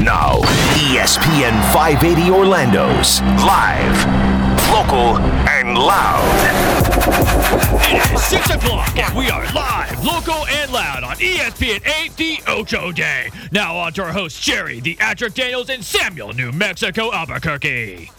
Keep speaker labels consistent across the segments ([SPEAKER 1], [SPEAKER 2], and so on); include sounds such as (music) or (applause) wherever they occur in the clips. [SPEAKER 1] Now, E ESPN 580 Orlando's live, local, and loud.
[SPEAKER 2] Six o'clock, and we are live, local, and loud on E ESPN 8, the Ocho Day. Now on to our hosts, Jerry, the Atrick Daniels, and Samuel, New Mexico, Albuquerque.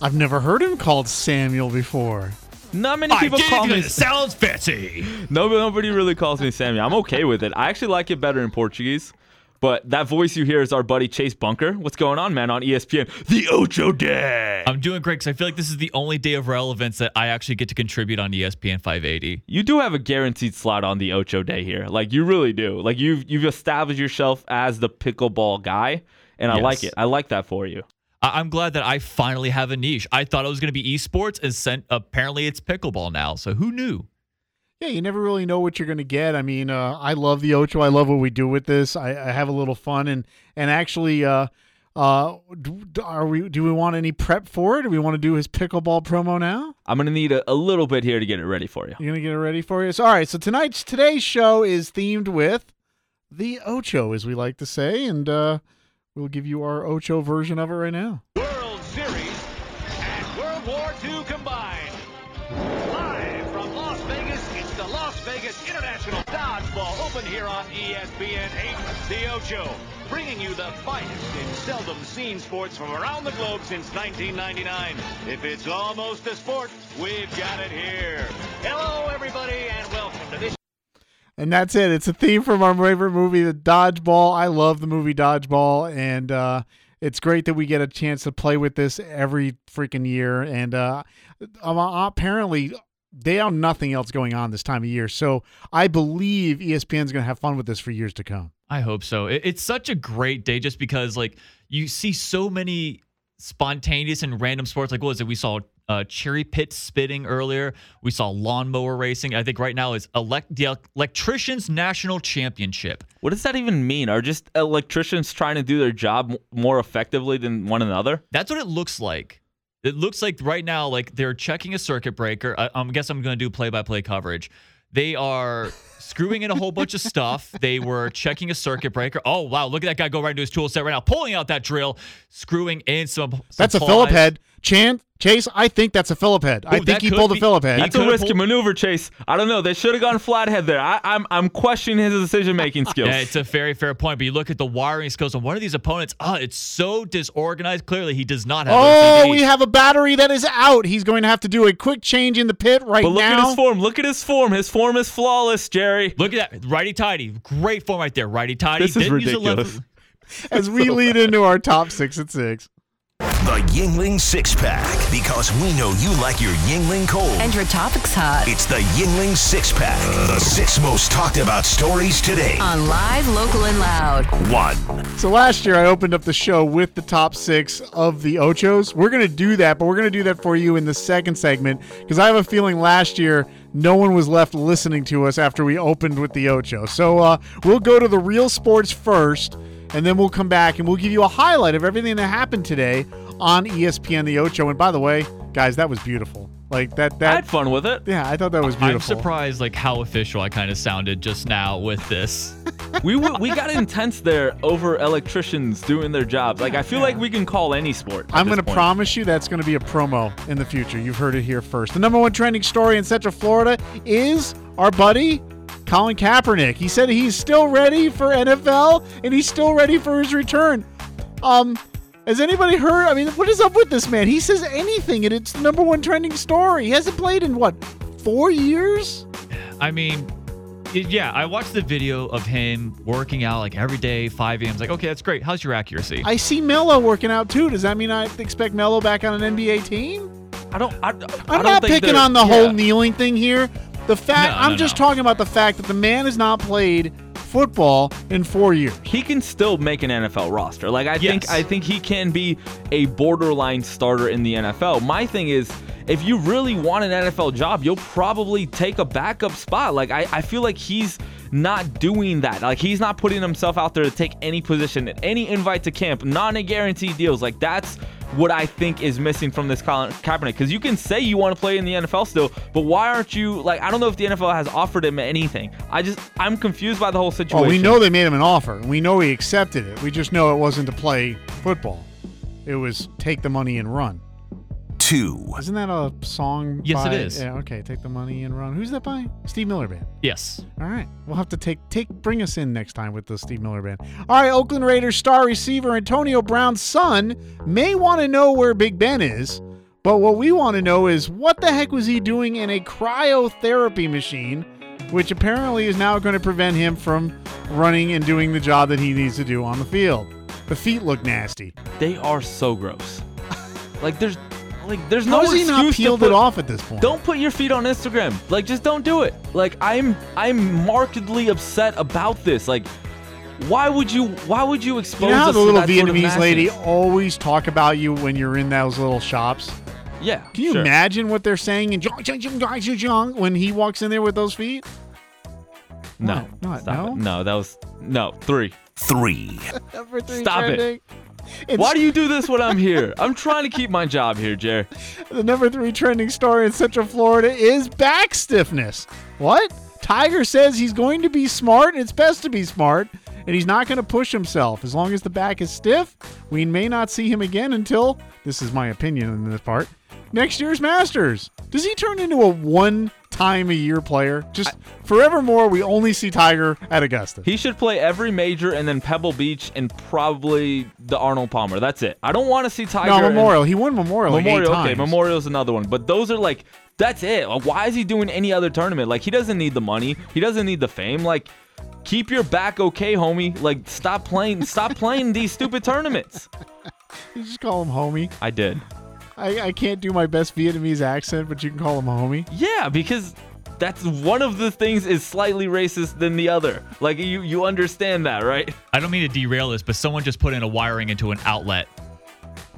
[SPEAKER 3] I've never heard him called Samuel before.
[SPEAKER 4] Not many people
[SPEAKER 2] I did
[SPEAKER 4] call me.
[SPEAKER 2] because it sounds fancy.
[SPEAKER 4] No, (laughs) nobody really calls me Samuel. I'm okay with it. I actually like it better in Portuguese. But that voice you hear is our buddy Chase Bunker. What's going on, man? On E ESPN, the Ocho Day.
[SPEAKER 5] I'm doing great because I feel like this is the only day of relevance that I actually get to contribute on E ESPN 580.
[SPEAKER 4] You do have a guaranteed slot on the Ocho Day here. Like you really do. Like you've you've established yourself as the pickleball guy, and I like
[SPEAKER 5] Yes.
[SPEAKER 4] it. I like that for you.
[SPEAKER 5] I- I'm glad that I finally have a niche. I thought it was going to be esports, and sent, apparently it's pickleball now. So who knew?
[SPEAKER 3] Yeah, you never really know what you're going to get. I mean, uh, I love the Ocho. I love what we do with this. I, I have a little fun and and actually, uh, uh, d- d- are we? Do we want any prep for it? Do we want to do his pickleball promo now?
[SPEAKER 4] I'm gonna need a, a little bit here to get it ready for you.
[SPEAKER 3] You're gonna get it ready for you. So, all right. So tonight's today's show is themed with the Ocho, as we like to say, and uh, we'll give you our Ocho version of it right now.
[SPEAKER 6] World Series and World War II combined. Live from Las Vegas, it's the Las Vegas International Dodgeball Open here on E ESPN 8, The Ocho, bringing you the finest in seldom seen sports from around the globe since 1999. If it's almost a sport, we've got it here. Hello, everybody, and welcome to this
[SPEAKER 3] And that's it. It's a theme from our favorite movie, The Dodgeball. I love the movie Dodgeball, and uh, it's great that we get a chance to play with this every freaking year. And uh, um, uh, apparently, they have nothing else going on this time of year, so I believe E ESPN's going to have fun with this for years to come.
[SPEAKER 5] I hope so. It- it's such a great day just because like you see so many spontaneous and random sports. Like what was it? We saw uh, cherry pit spitting earlier. We saw lawnmower racing. I think right now is elect the elec- electricians national championship.
[SPEAKER 4] What does that even mean? Are just electricians trying to do their job m- more effectively than one another?
[SPEAKER 5] That's what it looks like. It looks like right now, like they're checking a circuit breaker. I, I guess I'm going to do play by play coverage. They are screwing in a whole bunch of stuff. (laughs) They were checking a circuit breaker. Oh, wow. Look at that guy go right into his tool set right now, pulling out that drill, screwing in some. some
[SPEAKER 3] That's a
[SPEAKER 5] plies.
[SPEAKER 3] Phillip head. Chan, Chase, I think that's a Phillip head. I
[SPEAKER 5] Ooh,
[SPEAKER 3] think
[SPEAKER 5] that
[SPEAKER 3] he
[SPEAKER 5] could
[SPEAKER 3] pulled a
[SPEAKER 5] be-
[SPEAKER 3] Phillip head.
[SPEAKER 5] he
[SPEAKER 4] That's a
[SPEAKER 5] could've
[SPEAKER 4] risky
[SPEAKER 5] pulled-
[SPEAKER 4] maneuver, Chase. I don't know. They should have gone flathead there. I, I'm I'm questioning his decision making skills.
[SPEAKER 5] Yeah, it's a very fair point. But you look at the wiring skills on one of these opponents. Oh, it's so disorganized. Clearly, he does not have.
[SPEAKER 3] Oh,
[SPEAKER 5] OCD.
[SPEAKER 3] we have a battery that is out. He's going to have to do a quick change in the pit right
[SPEAKER 4] but look
[SPEAKER 3] now.
[SPEAKER 4] at his form. Look at his form. His form is flawless, Jerry.
[SPEAKER 5] Look at that. Righty tighty. Great form right there. Righty tighty.
[SPEAKER 4] This is ridiculous.
[SPEAKER 3] as we lead into our top six at six.
[SPEAKER 1] The Yingling Six Pack, because we know you like your Yingling cold.
[SPEAKER 7] And your topic's hot
[SPEAKER 1] It's the Yingling Six Pack, the six most talked about stories today.
[SPEAKER 7] on live, local, and loud.
[SPEAKER 1] One,
[SPEAKER 3] So last year I opened up the show with the top six of the Ochos. We're gonna do that, but we're gonna do that for you in the second segment because I have a feeling last year no one was left listening to us after we opened with the Ocho. So uh, we'll go to the real sports first, and then we'll come back and we'll give you a highlight of everything that happened today on E ESPN the Ocho. And by the way, guys, that was beautiful. Like that.
[SPEAKER 4] I
[SPEAKER 3] That.
[SPEAKER 4] had fun with it.
[SPEAKER 3] yeah, I thought that was beautiful.
[SPEAKER 5] I'm surprised like how official I kind of sounded just now with this.
[SPEAKER 4] We w- we got intense there over electricians doing their jobs. Like I feel like we can call any sport. at
[SPEAKER 3] I'm
[SPEAKER 4] this
[SPEAKER 3] going to
[SPEAKER 4] point.
[SPEAKER 3] promise you that's going to be a promo in the future. You've heard it here first. The number one trending story in Central Florida is our buddy Colin Kaepernick. He said he's still ready for NFL and he's still ready for his return. Um, has anybody heard? I mean, what is up with this man? He says anything and it's the number one trending story. He hasn't played in what four years?
[SPEAKER 5] I mean, y- yeah, I watched the video of him working out like every day, 5 a.m. It's like, okay, that's great. How's your accuracy?
[SPEAKER 3] I see Melo working out too. Does that mean I expect Melo back on an NBA team?
[SPEAKER 4] I don't. I, I
[SPEAKER 3] I'm
[SPEAKER 4] don't
[SPEAKER 3] not
[SPEAKER 4] think
[SPEAKER 3] picking
[SPEAKER 4] they're-
[SPEAKER 3] on the
[SPEAKER 4] yeah.
[SPEAKER 3] whole kneeling thing here. The fact
[SPEAKER 5] No,
[SPEAKER 3] I'm
[SPEAKER 5] no,
[SPEAKER 3] just
[SPEAKER 5] no.
[SPEAKER 3] talking about the fact that the man has not played football in four years.
[SPEAKER 4] He can still make an NFL roster. Like I think
[SPEAKER 5] Yes.
[SPEAKER 4] I think he can be a borderline starter in the NFL. My thing is, if you really want an NFL job, you'll probably take a backup spot. Like I, I feel like he's not doing that. Like he's not putting himself out there to take any position, any invite to camp, not a guaranteed deals. Like that's what I think is missing from this Colin Kaepernick. Because you can say you want to play in the NFL still, but why aren't you like? I don't know if the NFL has offered him anything. I just I'm confused by the whole situation.
[SPEAKER 3] Well, Oh, we know they made him an offer. We know he accepted it. We just know it wasn't to play football. It was take the money and run.
[SPEAKER 1] Two.
[SPEAKER 3] Isn't that a song?
[SPEAKER 5] Yes, it
[SPEAKER 3] by-
[SPEAKER 5] is.
[SPEAKER 3] Yeah, okay, take the money and run. Who's that by? Steve Miller Band.
[SPEAKER 5] Yes.
[SPEAKER 3] All right, we'll have to take take bring us in next time with the Steve Miller Band. All right, Oakland Raiders star receiver Antonio Brown's son may want to know where Big Ben is, but what we want to know is what the heck was he doing in a cryotherapy machine, which apparently is now going to prevent him from running and doing the job that he needs to do on the field. The feet look nasty.
[SPEAKER 4] they are
[SPEAKER 3] (laughs)
[SPEAKER 4] so gross. like there's like there's
[SPEAKER 3] How
[SPEAKER 4] no
[SPEAKER 3] is he not
[SPEAKER 4] excuse to
[SPEAKER 3] peeled
[SPEAKER 4] put-
[SPEAKER 3] it off at this point?
[SPEAKER 4] Don't put your feet on Instagram. Like just don't do it. Like I'm I'm markedly upset about this. Like why would you why would you expose
[SPEAKER 3] you know how
[SPEAKER 4] us
[SPEAKER 3] the
[SPEAKER 4] to
[SPEAKER 3] little
[SPEAKER 4] that sort of
[SPEAKER 3] Vietnamese lady
[SPEAKER 4] nastiness?
[SPEAKER 3] always talk about you when you're in those little shops?
[SPEAKER 4] Yeah.
[SPEAKER 3] Can you
[SPEAKER 4] sure.
[SPEAKER 3] imagine what they're saying in Zhong, Zhong, Zhong, Zhong, Zhong, Zhong when he walks in there with those feet?
[SPEAKER 4] No.
[SPEAKER 3] What? Not-
[SPEAKER 4] Stop
[SPEAKER 3] no?
[SPEAKER 4] It. No, that was no. 3.
[SPEAKER 1] Three.
[SPEAKER 3] Number three
[SPEAKER 4] Stop it.
[SPEAKER 3] trending. It's
[SPEAKER 4] Why do you do this when I'm here? I'm trying to keep my job here, Jer.
[SPEAKER 3] the number three trending story in Central Florida is back stiffness. What? Tiger says he's going to be smart. and It's best to be smart, and he's not going to push himself. As long as the back is stiff, we may not see him again until this is my opinion in this part. Next year's Masters. Does he turn into a one time a year player? Just forevermore, we only see Tiger at Augusta.
[SPEAKER 4] He should play every major and then Pebble Beach and probably the Arnold Palmer. That's it. I don't want to see Tiger.
[SPEAKER 3] no,
[SPEAKER 4] and-
[SPEAKER 3] Memorial. He won Memorial. like eight
[SPEAKER 4] Memorial, okay,
[SPEAKER 3] times.
[SPEAKER 4] Memorial's another one. But those are like, that's it. Like, why is he doing any other tournament? Like, he doesn't need the money. He doesn't need the fame. Like, keep your back okay, homie. Like, stop playing, (laughs) stop playing these stupid tournaments.
[SPEAKER 3] You just call him homie.
[SPEAKER 4] I did.
[SPEAKER 3] I, I can't do my best Vietnamese accent, but you can call him homie.
[SPEAKER 4] Yeah, because that's one of the things is slightly racist than the other. Like, you you understand that, right?
[SPEAKER 5] I don't mean to derail this, but someone just put in a wiring into an outlet.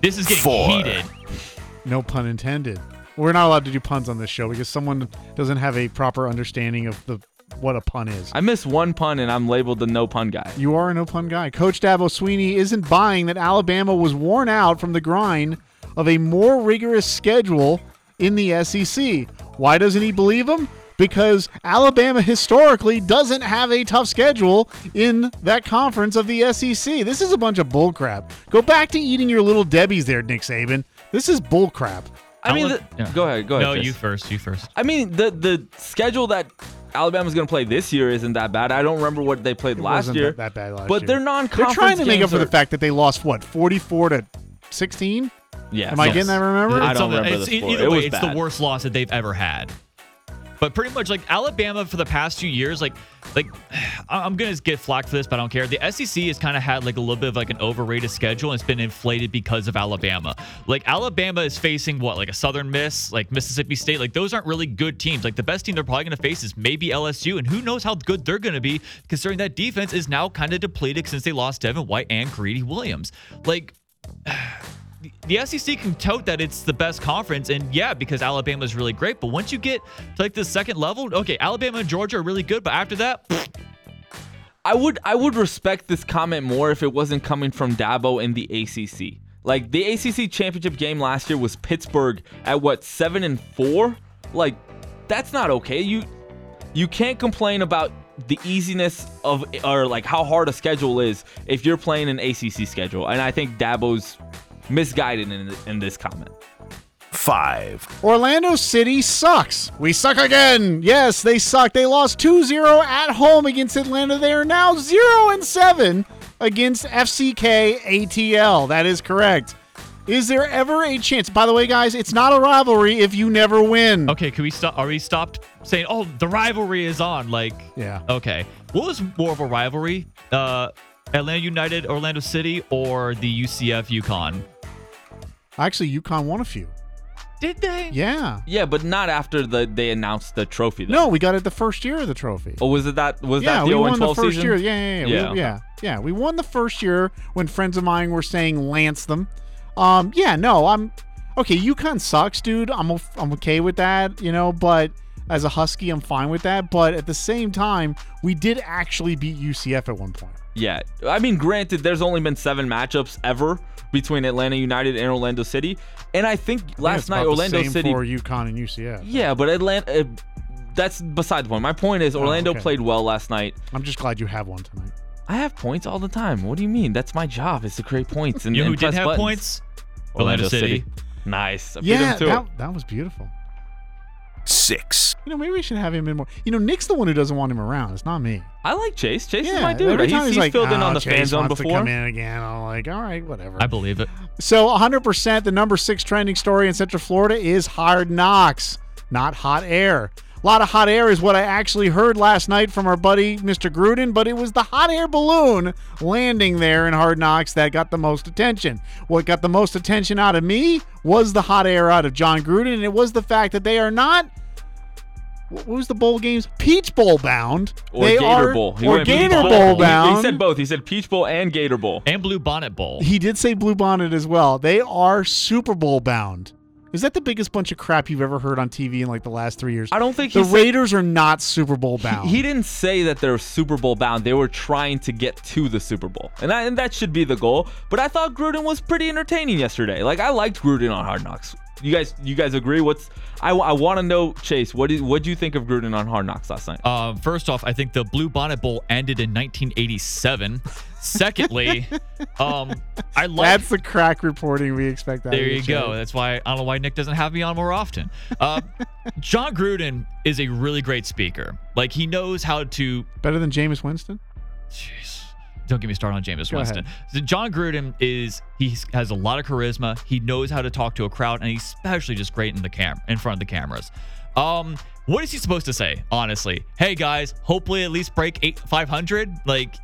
[SPEAKER 5] This is getting
[SPEAKER 1] Four.
[SPEAKER 5] heated.
[SPEAKER 3] No pun intended. We're not allowed to do puns on this show because someone doesn't have a proper understanding of the what a pun is.
[SPEAKER 4] I miss one pun and I'm labeled the no pun guy.
[SPEAKER 3] You are a no pun guy. Coach Dabo Sweeney isn't buying that Alabama was worn out from the grind of a more rigorous schedule in the SEC. Why doesn't he believe him? Because Alabama historically doesn't have a tough schedule in that conference of the SEC. This is a bunch of bullcrap. Go back to eating your little Debbie's there, Nick Saban. This is bullcrap.
[SPEAKER 4] I mean,
[SPEAKER 5] Outlet-
[SPEAKER 4] the-
[SPEAKER 5] yeah.
[SPEAKER 4] go ahead, go ahead.
[SPEAKER 5] No,
[SPEAKER 4] Jason.
[SPEAKER 5] you first. You first.
[SPEAKER 4] I mean, the the schedule that Alabama's going to play this year isn't that bad. I don't remember what they played
[SPEAKER 3] It
[SPEAKER 4] last
[SPEAKER 3] wasn't
[SPEAKER 4] year.
[SPEAKER 3] that- that bad last
[SPEAKER 4] but
[SPEAKER 3] year.
[SPEAKER 4] they're non-conference.
[SPEAKER 3] They're trying to make
[SPEAKER 4] games
[SPEAKER 3] up for the
[SPEAKER 4] are-
[SPEAKER 3] fact that they lost what 44 to 16.
[SPEAKER 4] Yeah.
[SPEAKER 3] Am I
[SPEAKER 4] yes.
[SPEAKER 3] getting that remembered?
[SPEAKER 4] I
[SPEAKER 5] It's
[SPEAKER 4] don't
[SPEAKER 5] something-
[SPEAKER 4] remember the
[SPEAKER 5] it's, e-
[SPEAKER 4] score.
[SPEAKER 5] Either
[SPEAKER 4] It
[SPEAKER 5] way,
[SPEAKER 4] was
[SPEAKER 5] it's
[SPEAKER 4] bad.
[SPEAKER 5] the worst loss that they've ever had. But pretty much, like Alabama for the past two years, like, like (sighs) I- I'm gonna get flack for this, but I don't care. The SEC has kind of had like a little bit of like an overrated schedule, and it's been inflated because of Alabama. Like Alabama is facing what, like a Southern Miss, like Mississippi State, like those aren't really good teams. Like the best team they're probably gonna face is maybe LSU, and who knows how good they're gonna be, considering that defense is now kind of depleted since they lost Devin White and Greedy Williams. Like the SEC can tout that it's the best conference, and yeah, because Alabama's really great. But once you get to like the second level, okay, Alabama and Georgia are really good, but after that, pfft,
[SPEAKER 4] I would I would respect this comment more if it wasn't coming from Dabo and the ACC. Like the ACC championship game last year was Pittsburgh at what seven and four. Like that's not okay. You you can't complain about the easiness of or like how hard a schedule is if you're playing an ACC schedule. And I think Dabo's misguided in in this comment.
[SPEAKER 1] Five.
[SPEAKER 3] Orlando City sucks. We suck again. Yes, they suck. They lost 2-0 at home against Atlanta. They are now 0 and 7 against FCK ATL. That is correct. Is there ever a chance? By the way, guys, it's not a rivalry if you never win.
[SPEAKER 5] okay, can we stop? Are we stopped saying, oh, the rivalry is on? Like,
[SPEAKER 3] Yeah.
[SPEAKER 5] okay, what was more of a rivalry? Uh, Atlanta United, Orlando City, or the UCF UConn?
[SPEAKER 3] Actually, UConn won a few.
[SPEAKER 5] Did they?
[SPEAKER 3] Yeah.
[SPEAKER 4] Yeah, but not after the they announced the trophy. Though.
[SPEAKER 3] No, we got it the first year of the trophy.
[SPEAKER 4] Or was it that was
[SPEAKER 3] yeah,
[SPEAKER 4] that
[SPEAKER 3] we
[SPEAKER 4] the 0
[SPEAKER 3] won the
[SPEAKER 4] 12
[SPEAKER 3] first
[SPEAKER 4] season?
[SPEAKER 3] year. Yeah, yeah, yeah.
[SPEAKER 4] Yeah.
[SPEAKER 3] We, yeah, yeah. We won the first year when friends of mine were saying lance them. Um, yeah, no, I'm okay. UConn sucks, dude. I'm o- I'm okay with that, you know. But as a Husky, I'm fine with that. But at the same time, we did actually beat UCF at one point.
[SPEAKER 4] yet. I mean, granted, there's only been seven matchups ever between Atlanta United and Orlando City, and I think last
[SPEAKER 3] It's
[SPEAKER 4] night
[SPEAKER 3] about the
[SPEAKER 4] Orlando
[SPEAKER 3] same
[SPEAKER 4] City
[SPEAKER 3] for UConn and UCF.
[SPEAKER 4] Yeah, but Atlanta. Uh, that's beside the point. My point is Orlando
[SPEAKER 3] Oh, okay.
[SPEAKER 4] played well last night.
[SPEAKER 3] I'm just glad you have one tonight.
[SPEAKER 4] I have points all the time. What do you mean? That's my job is to create points and,
[SPEAKER 5] You know
[SPEAKER 4] and
[SPEAKER 5] who did
[SPEAKER 4] press
[SPEAKER 5] have
[SPEAKER 4] buttons.
[SPEAKER 5] points? Orlando City.
[SPEAKER 4] Nice. I beat
[SPEAKER 3] Yeah,
[SPEAKER 4] him to it.
[SPEAKER 3] that, that was beautiful.
[SPEAKER 1] six,
[SPEAKER 3] You know, maybe we should have him in more. You know, Nick's the one who doesn't want him around. It's not me.
[SPEAKER 4] I like Chase. Chase
[SPEAKER 3] yeah,
[SPEAKER 4] is my dude.
[SPEAKER 3] Every
[SPEAKER 4] He's,
[SPEAKER 3] time
[SPEAKER 4] he's,
[SPEAKER 3] he's, like,
[SPEAKER 4] filled in
[SPEAKER 3] "Oh,
[SPEAKER 4] on the fan
[SPEAKER 3] Chase
[SPEAKER 4] zone
[SPEAKER 3] wants to
[SPEAKER 4] before.
[SPEAKER 3] come in again. I'm like, all right, whatever.
[SPEAKER 5] I believe it.
[SPEAKER 3] So 100% the number six trending story in Central Florida is hard knocks, not hot air. A lot of hot air is what I actually heard last night from our buddy Mr. Gruden, but it was the hot air balloon landing there in Hard Knocks that got the most attention. What got the most attention out of me was the hot air out of John Gruden, and it was the fact that they are not. What was the bowl games? Peach Bowl bound.
[SPEAKER 4] Or
[SPEAKER 3] they
[SPEAKER 4] Gator
[SPEAKER 3] are,
[SPEAKER 4] Bowl. (laughs) He
[SPEAKER 3] Or
[SPEAKER 4] went Peach
[SPEAKER 3] Gator Bowl
[SPEAKER 4] He- He,
[SPEAKER 3] bound.
[SPEAKER 4] said both. He said Peach Bowl and Gator Bowl.
[SPEAKER 5] And Blue Bonnet Bowl.
[SPEAKER 3] He did say Blue Bonnet as well. They are Super Bowl bound. Is that the biggest bunch of crap you've ever heard on TV in like the last three years?
[SPEAKER 4] I don't think
[SPEAKER 3] the
[SPEAKER 4] he said-
[SPEAKER 3] Raiders are not Super Bowl bound.
[SPEAKER 4] He, he didn't say that they're Super Bowl bound. They were trying to get to the Super Bowl, and, I, and that should be the goal. But I thought Gruden was pretty entertaining yesterday. Like I liked Gruden on Hard Knocks. You guys, you guys agree? What's I, want to know, Chase? What did what do you think of Gruden on Hard Knocks last
[SPEAKER 3] Uh,
[SPEAKER 4] night?
[SPEAKER 5] Um, first off, I think the Blue Bonnet Bowl ended in 1987. Secondly, um, I like
[SPEAKER 3] That's the crack reporting we expect. out of
[SPEAKER 5] There you
[SPEAKER 3] Chase.
[SPEAKER 5] go. That's why I don't know why Nick doesn't have me on more often. Uh, John Gruden is a really great speaker. Like he knows how to.
[SPEAKER 3] Better than Jameis Winston.
[SPEAKER 5] Jeez, don't get me started on Jameis
[SPEAKER 3] Go ahead.
[SPEAKER 5] Winston. So John Gruden is he has a lot of charisma. He knows how to talk to a crowd, and he's especially just great in the cam in front of the cameras. Um, what is he supposed to say? Honestly, hey guys, hopefully at least break eight five hundred. Like.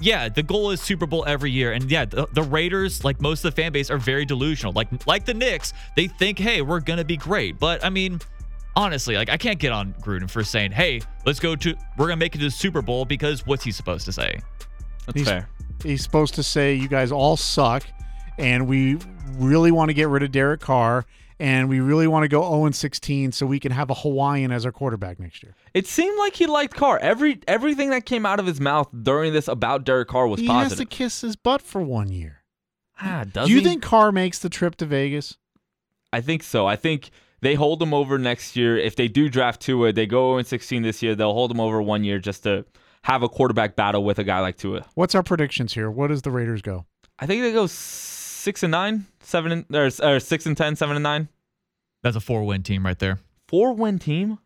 [SPEAKER 5] Yeah, the goal is Super Bowl every year, and yeah, the, the Raiders, like most of the fan base, are very delusional. Like like the Knicks, they think, hey, we're gonna be great. But I mean, honestly, like I can't get on Gruden for saying, hey, let's go to we're gonna make it to the Super Bowl because what's he supposed to say?
[SPEAKER 4] That's
[SPEAKER 3] He's-
[SPEAKER 4] fair.
[SPEAKER 3] He's supposed to say, "You guys all suck," and we really want to get rid of Derek Carr, and we really want to go 0 16 so we can have a Hawaiian as our quarterback next year.
[SPEAKER 4] It seemed like he liked Carr. Every everything that came out of his mouth during this about Derek Carr was
[SPEAKER 3] he has to
[SPEAKER 4] positive.
[SPEAKER 3] kiss his butt for one year.
[SPEAKER 4] ah, does
[SPEAKER 3] Do you
[SPEAKER 4] he?
[SPEAKER 3] think Carr makes the trip to Vegas?
[SPEAKER 4] I think so. I think they hold him over next year. If they do draft Tua, they go 0 16 this year. They'll hold him over one year just to have a quarterback battle with a guy like Tua.
[SPEAKER 3] What's our predictions here? What does the Raiders go?
[SPEAKER 4] I think they go six and nine, seven and, or, or six and ten, seven and nine,
[SPEAKER 5] That's a four win team right there.
[SPEAKER 4] four win team.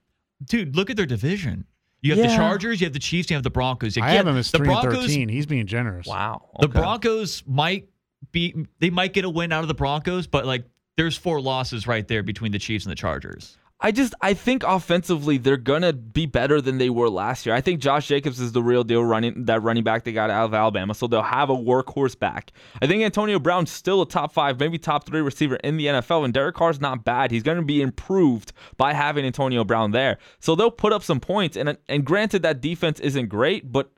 [SPEAKER 5] Dude, look at their division. You have
[SPEAKER 4] Yeah.
[SPEAKER 5] the Chargers, you have the Chiefs, you have the Broncos. You
[SPEAKER 3] I
[SPEAKER 5] can't-
[SPEAKER 3] have him as
[SPEAKER 5] the
[SPEAKER 3] three and
[SPEAKER 5] Broncos-
[SPEAKER 3] thirteen. He's being generous.
[SPEAKER 4] Wow,
[SPEAKER 5] The
[SPEAKER 4] okay.
[SPEAKER 5] Broncos might be they might get a win out of the Broncos, but like there's four losses right there between the Chiefs and the Chargers.
[SPEAKER 4] I just I think offensively they're gonna be better than they were last year. I think Josh Jacobs is the real deal running that running back they got out of Alabama, so they'll have a workhorse back. I think Antonio Brown's still a top five, maybe top three receiver in the NFL, and Derek Carr's not bad. He's gonna be improved by having Antonio Brown there, so they'll put up some points. And and granted that defense isn't great, but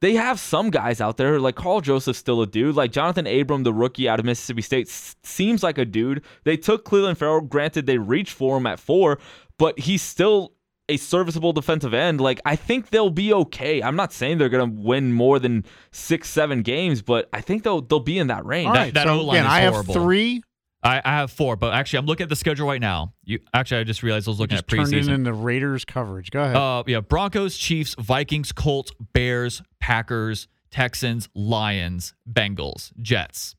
[SPEAKER 4] they have some guys out there like Carl Joseph's still a dude. Like Jonathan Abram, the rookie out of Mississippi State, s- seems like a dude. They took Cleveland Farrell. Granted, they reached for him at four, but he's still a serviceable defensive end. Like I think they'll be okay. I'm not saying they're gonna win more than six, seven games, but I think they'll they'll be in that range.
[SPEAKER 3] All
[SPEAKER 5] That-
[SPEAKER 3] right.
[SPEAKER 5] that
[SPEAKER 3] so
[SPEAKER 5] O-line
[SPEAKER 3] again,
[SPEAKER 5] is
[SPEAKER 3] I have
[SPEAKER 5] horrible.
[SPEAKER 3] three.
[SPEAKER 5] I, I have four, but actually I'm looking at the schedule right now. You actually I just realized I was looking
[SPEAKER 3] Just
[SPEAKER 5] at
[SPEAKER 3] turned it
[SPEAKER 5] preseason.
[SPEAKER 3] into Raiders coverage. Go ahead.
[SPEAKER 5] Uh, yeah, Broncos, Chiefs, Vikings, Colts, Bears, Packers, Texans, Lions, Bengals, Jets,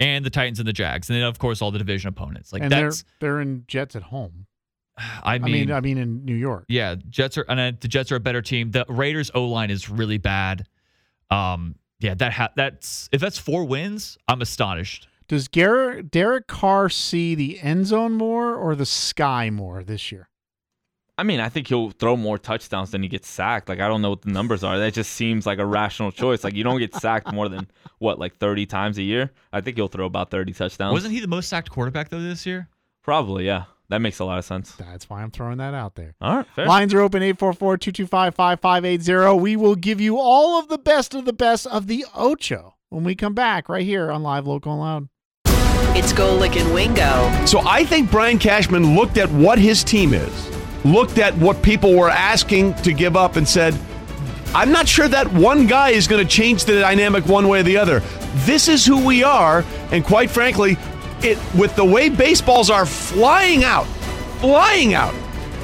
[SPEAKER 5] and the Titans and the Jags, and then of course all the division opponents. Like
[SPEAKER 3] and they're
[SPEAKER 5] that's,
[SPEAKER 3] they're in Jets at home.
[SPEAKER 5] I
[SPEAKER 3] I
[SPEAKER 5] mean,
[SPEAKER 3] mean, I mean in New York.
[SPEAKER 5] yeah, Jets are, and uh, the Jets are a better team. The Raiders O line is really bad. Um, yeah, that ha- that's if that's four wins, I'm astonished.
[SPEAKER 3] Does Garrett, Derek Carr see the end zone more or the sky more this year?
[SPEAKER 4] I mean, I think he'll throw more touchdowns than he gets sacked. Like I don't know what the numbers are. That just seems like a rational choice. Like you don't get sacked more than what, like 30 times a year. I think he'll throw about 30 touchdowns.
[SPEAKER 5] Wasn't he the most sacked quarterback though this year?
[SPEAKER 4] Probably, yeah. That makes a lot of sense.
[SPEAKER 3] That's why I'm throwing that out there.
[SPEAKER 4] All right, fair.
[SPEAKER 3] Lines are open 844 225 5580. We will give you all of the best of the best of the Ocho when we come back right here on Live Local and Loud.
[SPEAKER 7] It's Go Lickin' Wingo.
[SPEAKER 8] So I think Brian Cashman looked at what his team is, looked at what people were asking to give up, and said, I'm not sure that one guy is going to change the dynamic one way or the other. This is who we are, and quite frankly, it with the way baseballs are flying out, flying out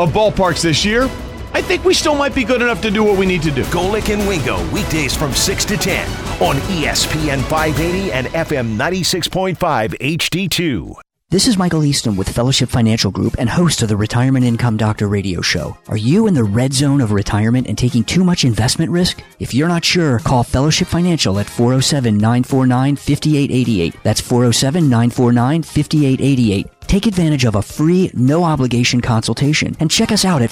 [SPEAKER 8] of ballparks this year, I think we still might be good enough to do what we need to do.
[SPEAKER 1] Golick and Wingo, weekdays from 6 to 10 on E ESPN 580 and FM 96.5 HD2.
[SPEAKER 9] This is Michael Easton with Fellowship Financial Group and host of the Retirement Income Doctor radio show. Are you in the red zone of retirement and taking too much investment risk? If you're not sure, call Fellowship Financial at 407 949 5888. That's 407 949 5888. Take advantage of a free, no obligation consultation and check us out at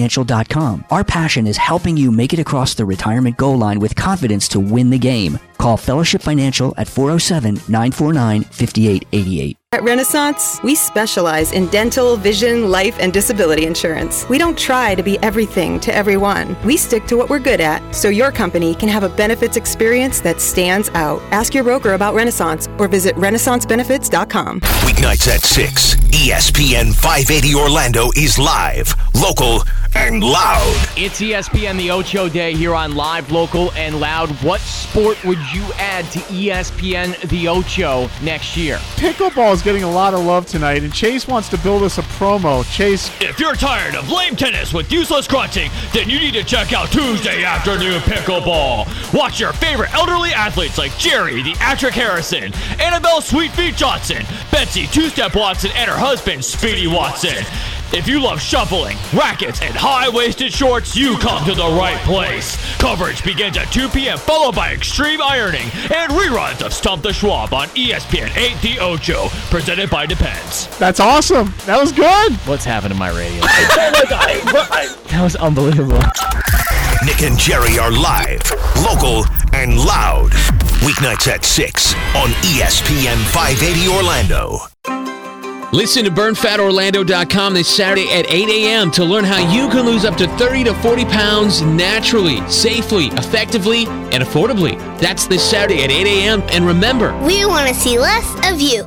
[SPEAKER 9] fellowshipfinancial.com. Our passion is helping you make it across the retirement goal line with confidence to win the game. Call Fellowship Financial at 407 949 5888.
[SPEAKER 10] At Renaissance, we specialize in dental, vision, life, and disability insurance. We don't try to be everything to everyone. We stick to what we're good at so your company can have a benefits experience that stands out. Ask your broker about Renaissance or visit renaissancebenefits.com.
[SPEAKER 1] Weeknights at E 6, ESPN 580 Orlando is live, local, and loud.
[SPEAKER 11] It's E ESPN The Ocho Day here on Live, Local, and Loud. What sport would you add to E ESPN The Ocho next year?
[SPEAKER 3] Pickleball is getting a lot of love tonight, and Chase wants to build us a promo. Chase,
[SPEAKER 2] If you're tired of lame tennis with useless crunching, then you need to check out Tuesday Afternoon Pickleball. Watch your favorite elderly athletes like Jerry the Actric Harrison, Annabelle Sweet Feet Johnson, Betsy Two Step Watson, and her husband Speedy Watson. If you love shuffling, rackets, and high waisted shorts, you come to the right place. Coverage begins at 2 p.m., followed by extreme ironing and reruns of Stump the Schwab on E ESPN 8 The Ocho, presented by Depends.
[SPEAKER 3] that's awesome. That was good.
[SPEAKER 11] What's happened to my radio? that was unbelievable.
[SPEAKER 1] Nick and Jerry are live, local, and loud. Weeknights at 6 on E ESPN 580 Orlando.
[SPEAKER 12] Listen to burnfatorlando.com this Saturday at 8 a.m. to learn how you can lose up to 30 to 40 pounds naturally, safely, effectively, and affordably. That's this Saturday at 8 a.m. And remember,
[SPEAKER 13] We want to see less of you.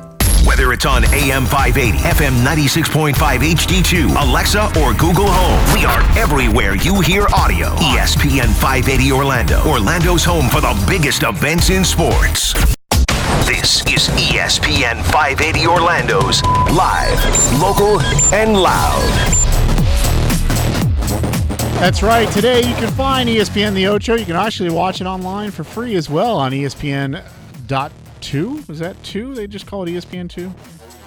[SPEAKER 1] Whether it's on AM 580, FM 96.5 HD2, Alexa, or Google Home, we are everywhere you hear audio. E ESPN 580 Orlando, Orlando's home for the biggest events in sports. This is E ESPN 580 Orlando's live, local, and loud.
[SPEAKER 3] That's right. Today you can find E ESPN The Ocho. You can actually watch it online for free as well on E ESPN. Dot two is that two? They just call it E ESPN two.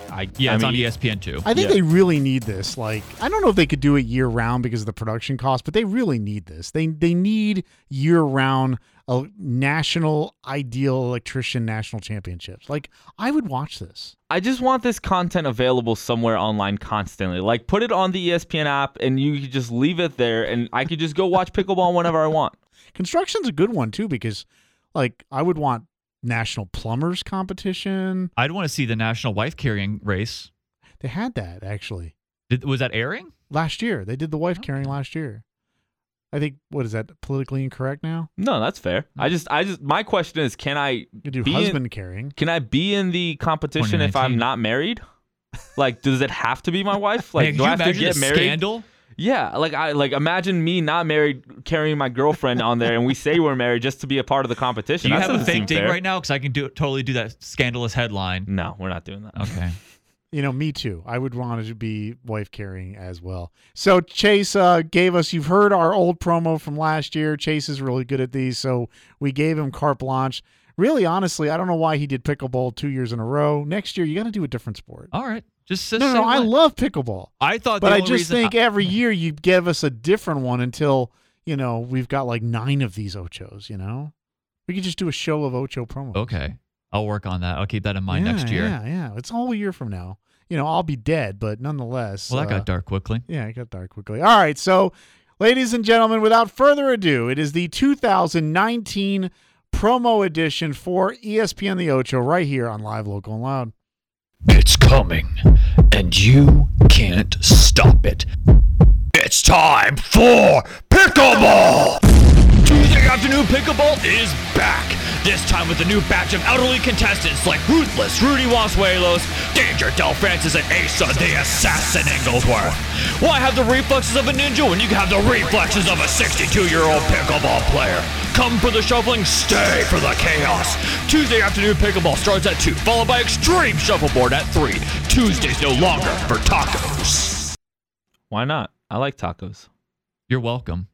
[SPEAKER 5] I, yeah, it's on E ESPN too.
[SPEAKER 3] I think they really need this. Like, I don't know if they could do it year round because of the production cost, but they really need this. They they need year round a national ideal electrician national championships. Like, I would watch this.
[SPEAKER 4] I just want this content available somewhere online constantly. Like put it on the E ESPN app and you could just leave it there and I could just go watch pickleball whenever I want.
[SPEAKER 3] Construction's a good one too because, like, I would want national plumbers competition.
[SPEAKER 5] I'd want to see the national wife carrying race.
[SPEAKER 3] They had that actually.
[SPEAKER 5] Did, was that airing?
[SPEAKER 3] last year. They did the wife carrying last year. I think what is that politically incorrect now?
[SPEAKER 4] No, that's fair. I just I just my question is can I
[SPEAKER 3] You do
[SPEAKER 4] be in-
[SPEAKER 3] husband carrying.
[SPEAKER 4] can I be in the competition if I'm
[SPEAKER 5] 2019.
[SPEAKER 4] not married? Like does it have to be
[SPEAKER 5] (laughs)
[SPEAKER 4] my wife? Like
[SPEAKER 5] Man,
[SPEAKER 4] do
[SPEAKER 5] can
[SPEAKER 4] I
[SPEAKER 5] you
[SPEAKER 4] have to
[SPEAKER 5] imagine
[SPEAKER 4] get
[SPEAKER 5] the
[SPEAKER 4] married?
[SPEAKER 5] scandal?
[SPEAKER 4] Yeah, like I like imagine me not married carrying my girlfriend on there and we say we're married just to be a part of the competition.
[SPEAKER 5] Do you
[SPEAKER 4] That
[SPEAKER 5] have a
[SPEAKER 4] doesn't seem
[SPEAKER 5] fake date
[SPEAKER 4] fair.
[SPEAKER 5] right now? Because I can do totally do that scandalous
[SPEAKER 4] (laughs)
[SPEAKER 5] headline.
[SPEAKER 4] No, we're not doing that.
[SPEAKER 5] Okay.
[SPEAKER 3] You know, me too. I would want it to be wife carrying as well. So Chase uh, gave us. You've heard our old promo from last year. Chase is really good at these, so we gave him carte blanche. Really, honestly, I don't know why he did pickleball two years in a row. Next year, you got to do a different sport.
[SPEAKER 5] All right. Just,
[SPEAKER 3] no, no, I love pickleball.
[SPEAKER 5] I thought,
[SPEAKER 3] But
[SPEAKER 5] the
[SPEAKER 3] I
[SPEAKER 5] only
[SPEAKER 3] just
[SPEAKER 5] reason
[SPEAKER 3] think every year you give us a different one until, you know, we've got like nine of these Ochos, you know? We could just do a show of Ocho promos.
[SPEAKER 5] okay, I'll work on that. I'll keep that in mind
[SPEAKER 3] Yeah,
[SPEAKER 5] next year.
[SPEAKER 3] Yeah, yeah. It's all a year from now. You know, I'll be dead, but nonetheless.
[SPEAKER 5] Well, that
[SPEAKER 3] uh,
[SPEAKER 5] got dark quickly.
[SPEAKER 3] Yeah, it got dark quickly. All right, so, ladies and gentlemen, without further ado, it is the 2019 promo edition for E ESPN The Ocho right here on Live Local and Loud.
[SPEAKER 2] It's coming, and you can't stop it. It's time for pickleball. Tuesday Afternoon Pickleball is back. This time with a new batch of elderly contestants like Ruthless Rudy Wasuelos, Danger Del Francis, and Asa the Assassin Engleworth. Why have the reflexes of a ninja when you can have the reflexes of a 62 year old pickleball player? Come for the shuffling, stay for the chaos. Tuesday afternoon pickleball starts at 2, followed by extreme shuffleboard at 3. Tuesdays no longer for tacos.
[SPEAKER 4] Why not? I like tacos.
[SPEAKER 5] You're welcome.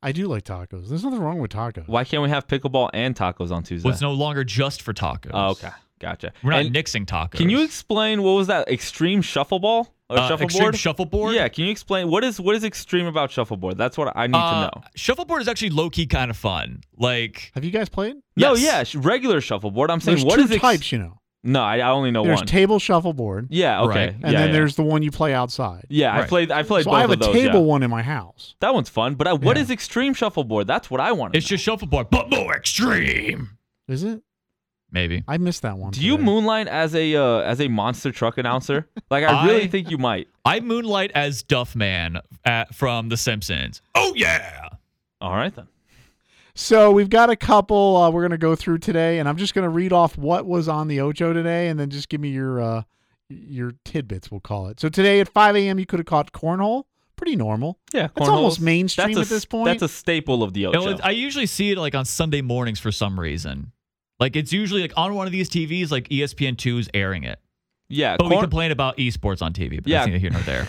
[SPEAKER 3] I do like tacos. There's nothing wrong with tacos.
[SPEAKER 4] Why can't we have pickleball and tacos on Tuesday?
[SPEAKER 5] Well, it's no longer just for tacos.
[SPEAKER 4] Oh, okay. Gotcha.
[SPEAKER 5] We're not
[SPEAKER 4] And
[SPEAKER 5] nixing tacos.
[SPEAKER 4] Can you explain what was that extreme shuffle ball or
[SPEAKER 5] Uh,
[SPEAKER 4] shuffleboard?
[SPEAKER 5] extreme shuffleboard?
[SPEAKER 4] Yeah. Can you explain what is what is extreme about shuffleboard? That's what I need
[SPEAKER 5] Uh,
[SPEAKER 4] to know.
[SPEAKER 5] Shuffleboard is actually low key kind of fun. Like,
[SPEAKER 3] have you guys played?
[SPEAKER 4] No, yeah, sh- regular shuffleboard. I'm saying
[SPEAKER 3] There's
[SPEAKER 4] what
[SPEAKER 3] two
[SPEAKER 4] is ex-
[SPEAKER 3] types, you know.
[SPEAKER 4] No, I, I only know
[SPEAKER 3] There's
[SPEAKER 4] one.
[SPEAKER 3] table shuffleboard.
[SPEAKER 4] Yeah, okay.
[SPEAKER 3] And
[SPEAKER 4] Yeah,
[SPEAKER 3] then
[SPEAKER 4] yeah.
[SPEAKER 3] there's the one you play outside.
[SPEAKER 4] yeah, I played. I played
[SPEAKER 3] So
[SPEAKER 4] both
[SPEAKER 3] I have
[SPEAKER 4] of
[SPEAKER 3] a
[SPEAKER 4] those. yeah.
[SPEAKER 3] table one in my house.
[SPEAKER 4] That one's fun. But I, what is extreme shuffleboard? That's what I want.
[SPEAKER 5] It's just shuffleboard, but more extreme.
[SPEAKER 3] Is it?
[SPEAKER 5] Maybe.
[SPEAKER 3] I missed that one.
[SPEAKER 4] Do you moonlight as a uh, as a monster truck announcer? Like I
[SPEAKER 5] (laughs)
[SPEAKER 4] really
[SPEAKER 5] I-
[SPEAKER 4] think you might.
[SPEAKER 5] I moonlight as Duff Man at, from The Simpsons. Oh yeah.
[SPEAKER 4] All right then.
[SPEAKER 3] So we've got a couple uh, we're going to go through today, and I'm just going to read off what was on the Ocho today, and then just give me your uh, your tidbits, we'll call it. So today at 5 a.m., you could have caught cornhole. Pretty normal.
[SPEAKER 4] Yeah,
[SPEAKER 3] It's
[SPEAKER 4] cornhole's-
[SPEAKER 3] almost mainstream
[SPEAKER 4] that's a
[SPEAKER 3] at this
[SPEAKER 4] s-
[SPEAKER 3] point.
[SPEAKER 4] That's a staple of the
[SPEAKER 5] You
[SPEAKER 4] Ocho.
[SPEAKER 5] know, I usually see it like on Sunday mornings for some reason. Like it's usually like on one of these TVs, like E ESPN 2's airing it.
[SPEAKER 4] Yeah,
[SPEAKER 5] but we
[SPEAKER 4] corn-
[SPEAKER 5] complain about esports on TV. But
[SPEAKER 4] Yeah.
[SPEAKER 5] that's neither here nor
[SPEAKER 4] (laughs)
[SPEAKER 5] there.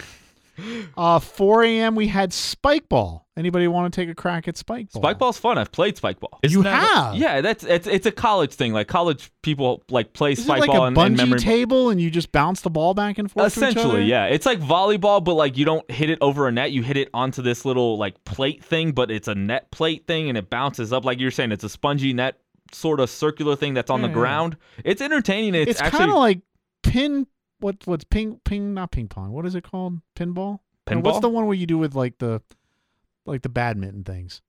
[SPEAKER 3] Uh, 4 a.m. we had spike ball. Anybody want to take a crack at spike ball?
[SPEAKER 4] Spikeball's fun. I've played spikeball.
[SPEAKER 3] Isn't You that- have?
[SPEAKER 4] Yeah, that's it's, it's a college thing. Like college people like play
[SPEAKER 3] Is it
[SPEAKER 4] spikeball
[SPEAKER 3] like a
[SPEAKER 4] and,
[SPEAKER 3] bungee
[SPEAKER 4] and memory.
[SPEAKER 3] table, and you just bounce the ball back and forth? to each other?
[SPEAKER 4] Essentially, yeah. It's like volleyball, but like you don't hit it over a net. You hit it onto this little like plate thing, but it's a net plate thing, and it bounces up. Like you're saying, it's a spongy net sort of circular thing that's on
[SPEAKER 3] Yeah,
[SPEAKER 4] the
[SPEAKER 3] yeah.
[SPEAKER 4] ground. It's entertaining. It's,
[SPEAKER 3] Hmm. It's,
[SPEAKER 4] actually
[SPEAKER 3] kind of like pin. What what's ping ping? Not ping pong. What is it called? Pinball. Or What's
[SPEAKER 4] Pinball?
[SPEAKER 3] the one where you do with like the like the badminton things?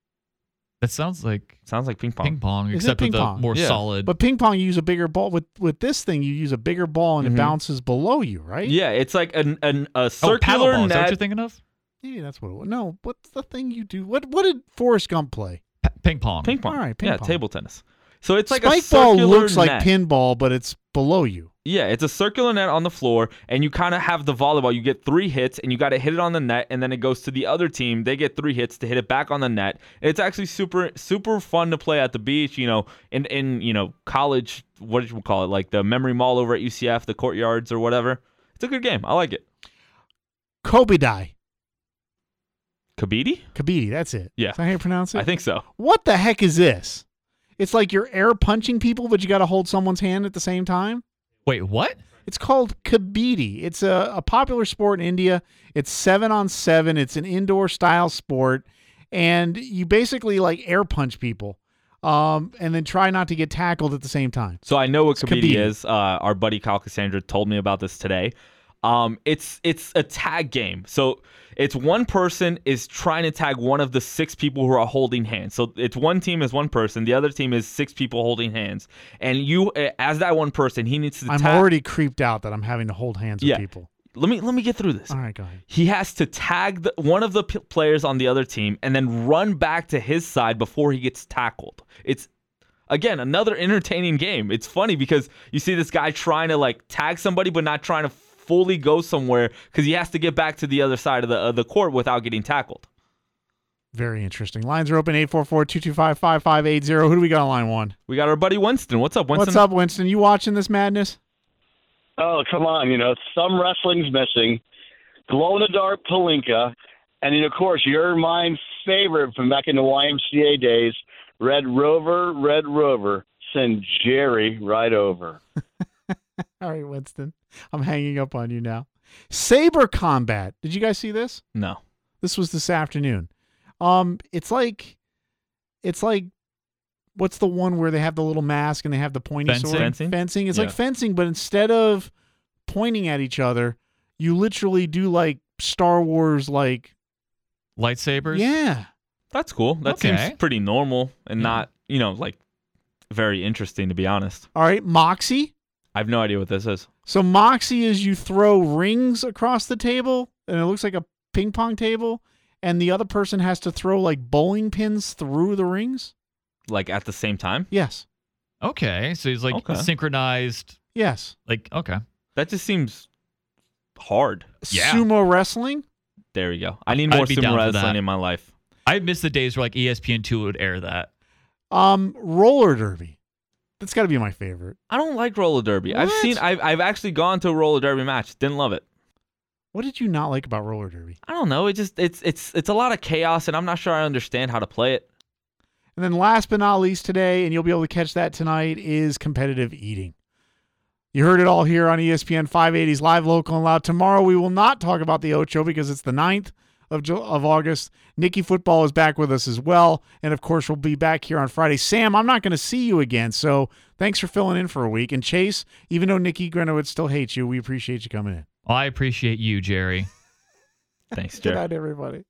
[SPEAKER 5] That sounds like
[SPEAKER 4] sounds like ping pong.
[SPEAKER 5] Ping pong,
[SPEAKER 3] Is it
[SPEAKER 5] except
[SPEAKER 3] ping
[SPEAKER 5] with a
[SPEAKER 3] pong?
[SPEAKER 5] more
[SPEAKER 3] Yeah.
[SPEAKER 5] solid.
[SPEAKER 3] But ping pong, you use a bigger ball. With with this thing, you use a bigger ball and
[SPEAKER 4] Mhm.
[SPEAKER 3] it bounces below you, right?
[SPEAKER 4] yeah. It's like an, an
[SPEAKER 5] oh,
[SPEAKER 4] a
[SPEAKER 5] paddle
[SPEAKER 4] circular
[SPEAKER 5] ball, is that what
[SPEAKER 4] net.
[SPEAKER 5] you're thinking of?
[SPEAKER 3] Maybe that's what it was. No, what's the thing you do? What what did Forrest Gump play?
[SPEAKER 5] Ping pong.
[SPEAKER 4] Ping pong.
[SPEAKER 3] All right, ping
[SPEAKER 4] yeah,
[SPEAKER 3] pong.
[SPEAKER 4] table tennis. So it's like a
[SPEAKER 3] Spike ball
[SPEAKER 4] circular
[SPEAKER 3] looks like
[SPEAKER 4] net.
[SPEAKER 3] pinball, but it's below you.
[SPEAKER 4] Yeah, it's a circular net on the floor, and you kind of have the volleyball. You get three hits, and you got to hit it on the net, and then it goes to the other team. They get three hits to hit it back on the net. It's actually super, super fun to play at the beach. You know, in in you know college, what did you call it? Like the memory mall over at UCF, the courtyards or whatever. It's a good game. I like it.
[SPEAKER 3] Kobe die.
[SPEAKER 4] Kabidi?
[SPEAKER 3] Kabidi, that's it.
[SPEAKER 4] Yeah.
[SPEAKER 3] Is that how you pronounce it?
[SPEAKER 4] I think so.
[SPEAKER 3] What the heck is this? It's like you're air punching people, but you got to hold someone's hand at the same time.
[SPEAKER 5] Wait, what?
[SPEAKER 3] It's called kabaddi. It's a, a popular sport in India. It's seven on seven. It's an indoor style sport, and you basically like air punch people, um, and then try not to get tackled at the same time.
[SPEAKER 4] So I know what Kabidi
[SPEAKER 3] Kabidi.
[SPEAKER 4] is. Uh, our buddy Kyle Cassandra told me about this today. Um, it's it's a tag game. So it's one person is trying to tag one of the six people who are holding hands. So it's one team is one person, the other team is six people holding hands, and you uh, as that one person, he needs to.
[SPEAKER 3] I'm
[SPEAKER 4] tag-
[SPEAKER 3] already creeped out that I'm having to hold hands with
[SPEAKER 4] Yeah.
[SPEAKER 3] people.
[SPEAKER 4] Let me let me get through this.
[SPEAKER 3] All right, go ahead.
[SPEAKER 4] He has to tag the, one of the p- players on the other team and then run back to his side before he gets tackled. It's again another entertaining game. It's funny because you see this guy trying to like tag somebody but not trying to fully go somewhere because he has to get back to the other side of the of the court without getting tackled.
[SPEAKER 3] Very interesting. Lines are open 844-225-5580. Who do we got on line one?
[SPEAKER 4] We got our buddy Winston. What's up, Winston?
[SPEAKER 3] What's up, Winston? You watching this madness?
[SPEAKER 14] Oh, come on. You know, some wrestling's missing. Glow in the dark Palinka. And then, of course, your mine favorite from back in the YMCA days Red Rover, Red Rover. Send Jerry right over.
[SPEAKER 3] All right, Winston. I'm hanging up on you now. Saber combat. Did you guys see this?
[SPEAKER 4] No.
[SPEAKER 3] This was this afternoon. Um, it's like, it's like, what's the one where they have the little mask and they have the pointy
[SPEAKER 4] Fencing?
[SPEAKER 3] sword?
[SPEAKER 4] Fencing?
[SPEAKER 3] Fencing. It's like
[SPEAKER 4] Yeah.
[SPEAKER 3] fencing, but instead of pointing at each other, you literally do like Star Wars, like
[SPEAKER 5] Lightsabers.
[SPEAKER 3] yeah.
[SPEAKER 4] That's cool. That
[SPEAKER 5] Okay.
[SPEAKER 4] seems pretty normal and not you know like very interesting to be honest.
[SPEAKER 3] All right, Moxie.
[SPEAKER 4] I have no idea what this is.
[SPEAKER 3] So Moxie is you throw rings across the table and it looks like a ping pong table and the other person has to throw like bowling pins through the rings.
[SPEAKER 4] like at the same time?
[SPEAKER 3] Yes.
[SPEAKER 5] Okay, so he's like
[SPEAKER 4] Okay.
[SPEAKER 5] synchronized.
[SPEAKER 3] Yes.
[SPEAKER 5] Like okay,
[SPEAKER 4] that just seems hard.
[SPEAKER 3] Sumo wrestling?
[SPEAKER 4] There you go. I need more
[SPEAKER 5] I'd be
[SPEAKER 4] sumo
[SPEAKER 5] down for
[SPEAKER 4] wrestling
[SPEAKER 5] that.
[SPEAKER 4] in my life.
[SPEAKER 5] I miss the days where like E ESPN two would air that.
[SPEAKER 3] Um, roller derby. That's got to be my favorite.
[SPEAKER 4] I don't like roller derby. I've seen. I've, I've actually gone to a roller derby match. Didn't love it.
[SPEAKER 3] What did you not like about roller derby?
[SPEAKER 4] I don't know. It just it's it's it's a lot of chaos, and I'm not sure I understand how to play it.
[SPEAKER 3] And then last but not least today, and you'll be able to catch that tonight, is competitive eating. You heard it all here on E ESPN 580's Live Local and Loud. Tomorrow we will not talk about the Ocho because it's the 9th of, Ju- of August. Nikki Football is back with us as well. And of course, we'll be back here on Friday. Sam, I'm not going to see you again. So thanks for filling in for a week. And Chase, even though Nikki Grenowitz still hates you, we appreciate you coming in.
[SPEAKER 5] I appreciate you, Jerry.
[SPEAKER 4] Thanks, (laughs)
[SPEAKER 3] Good night, everybody.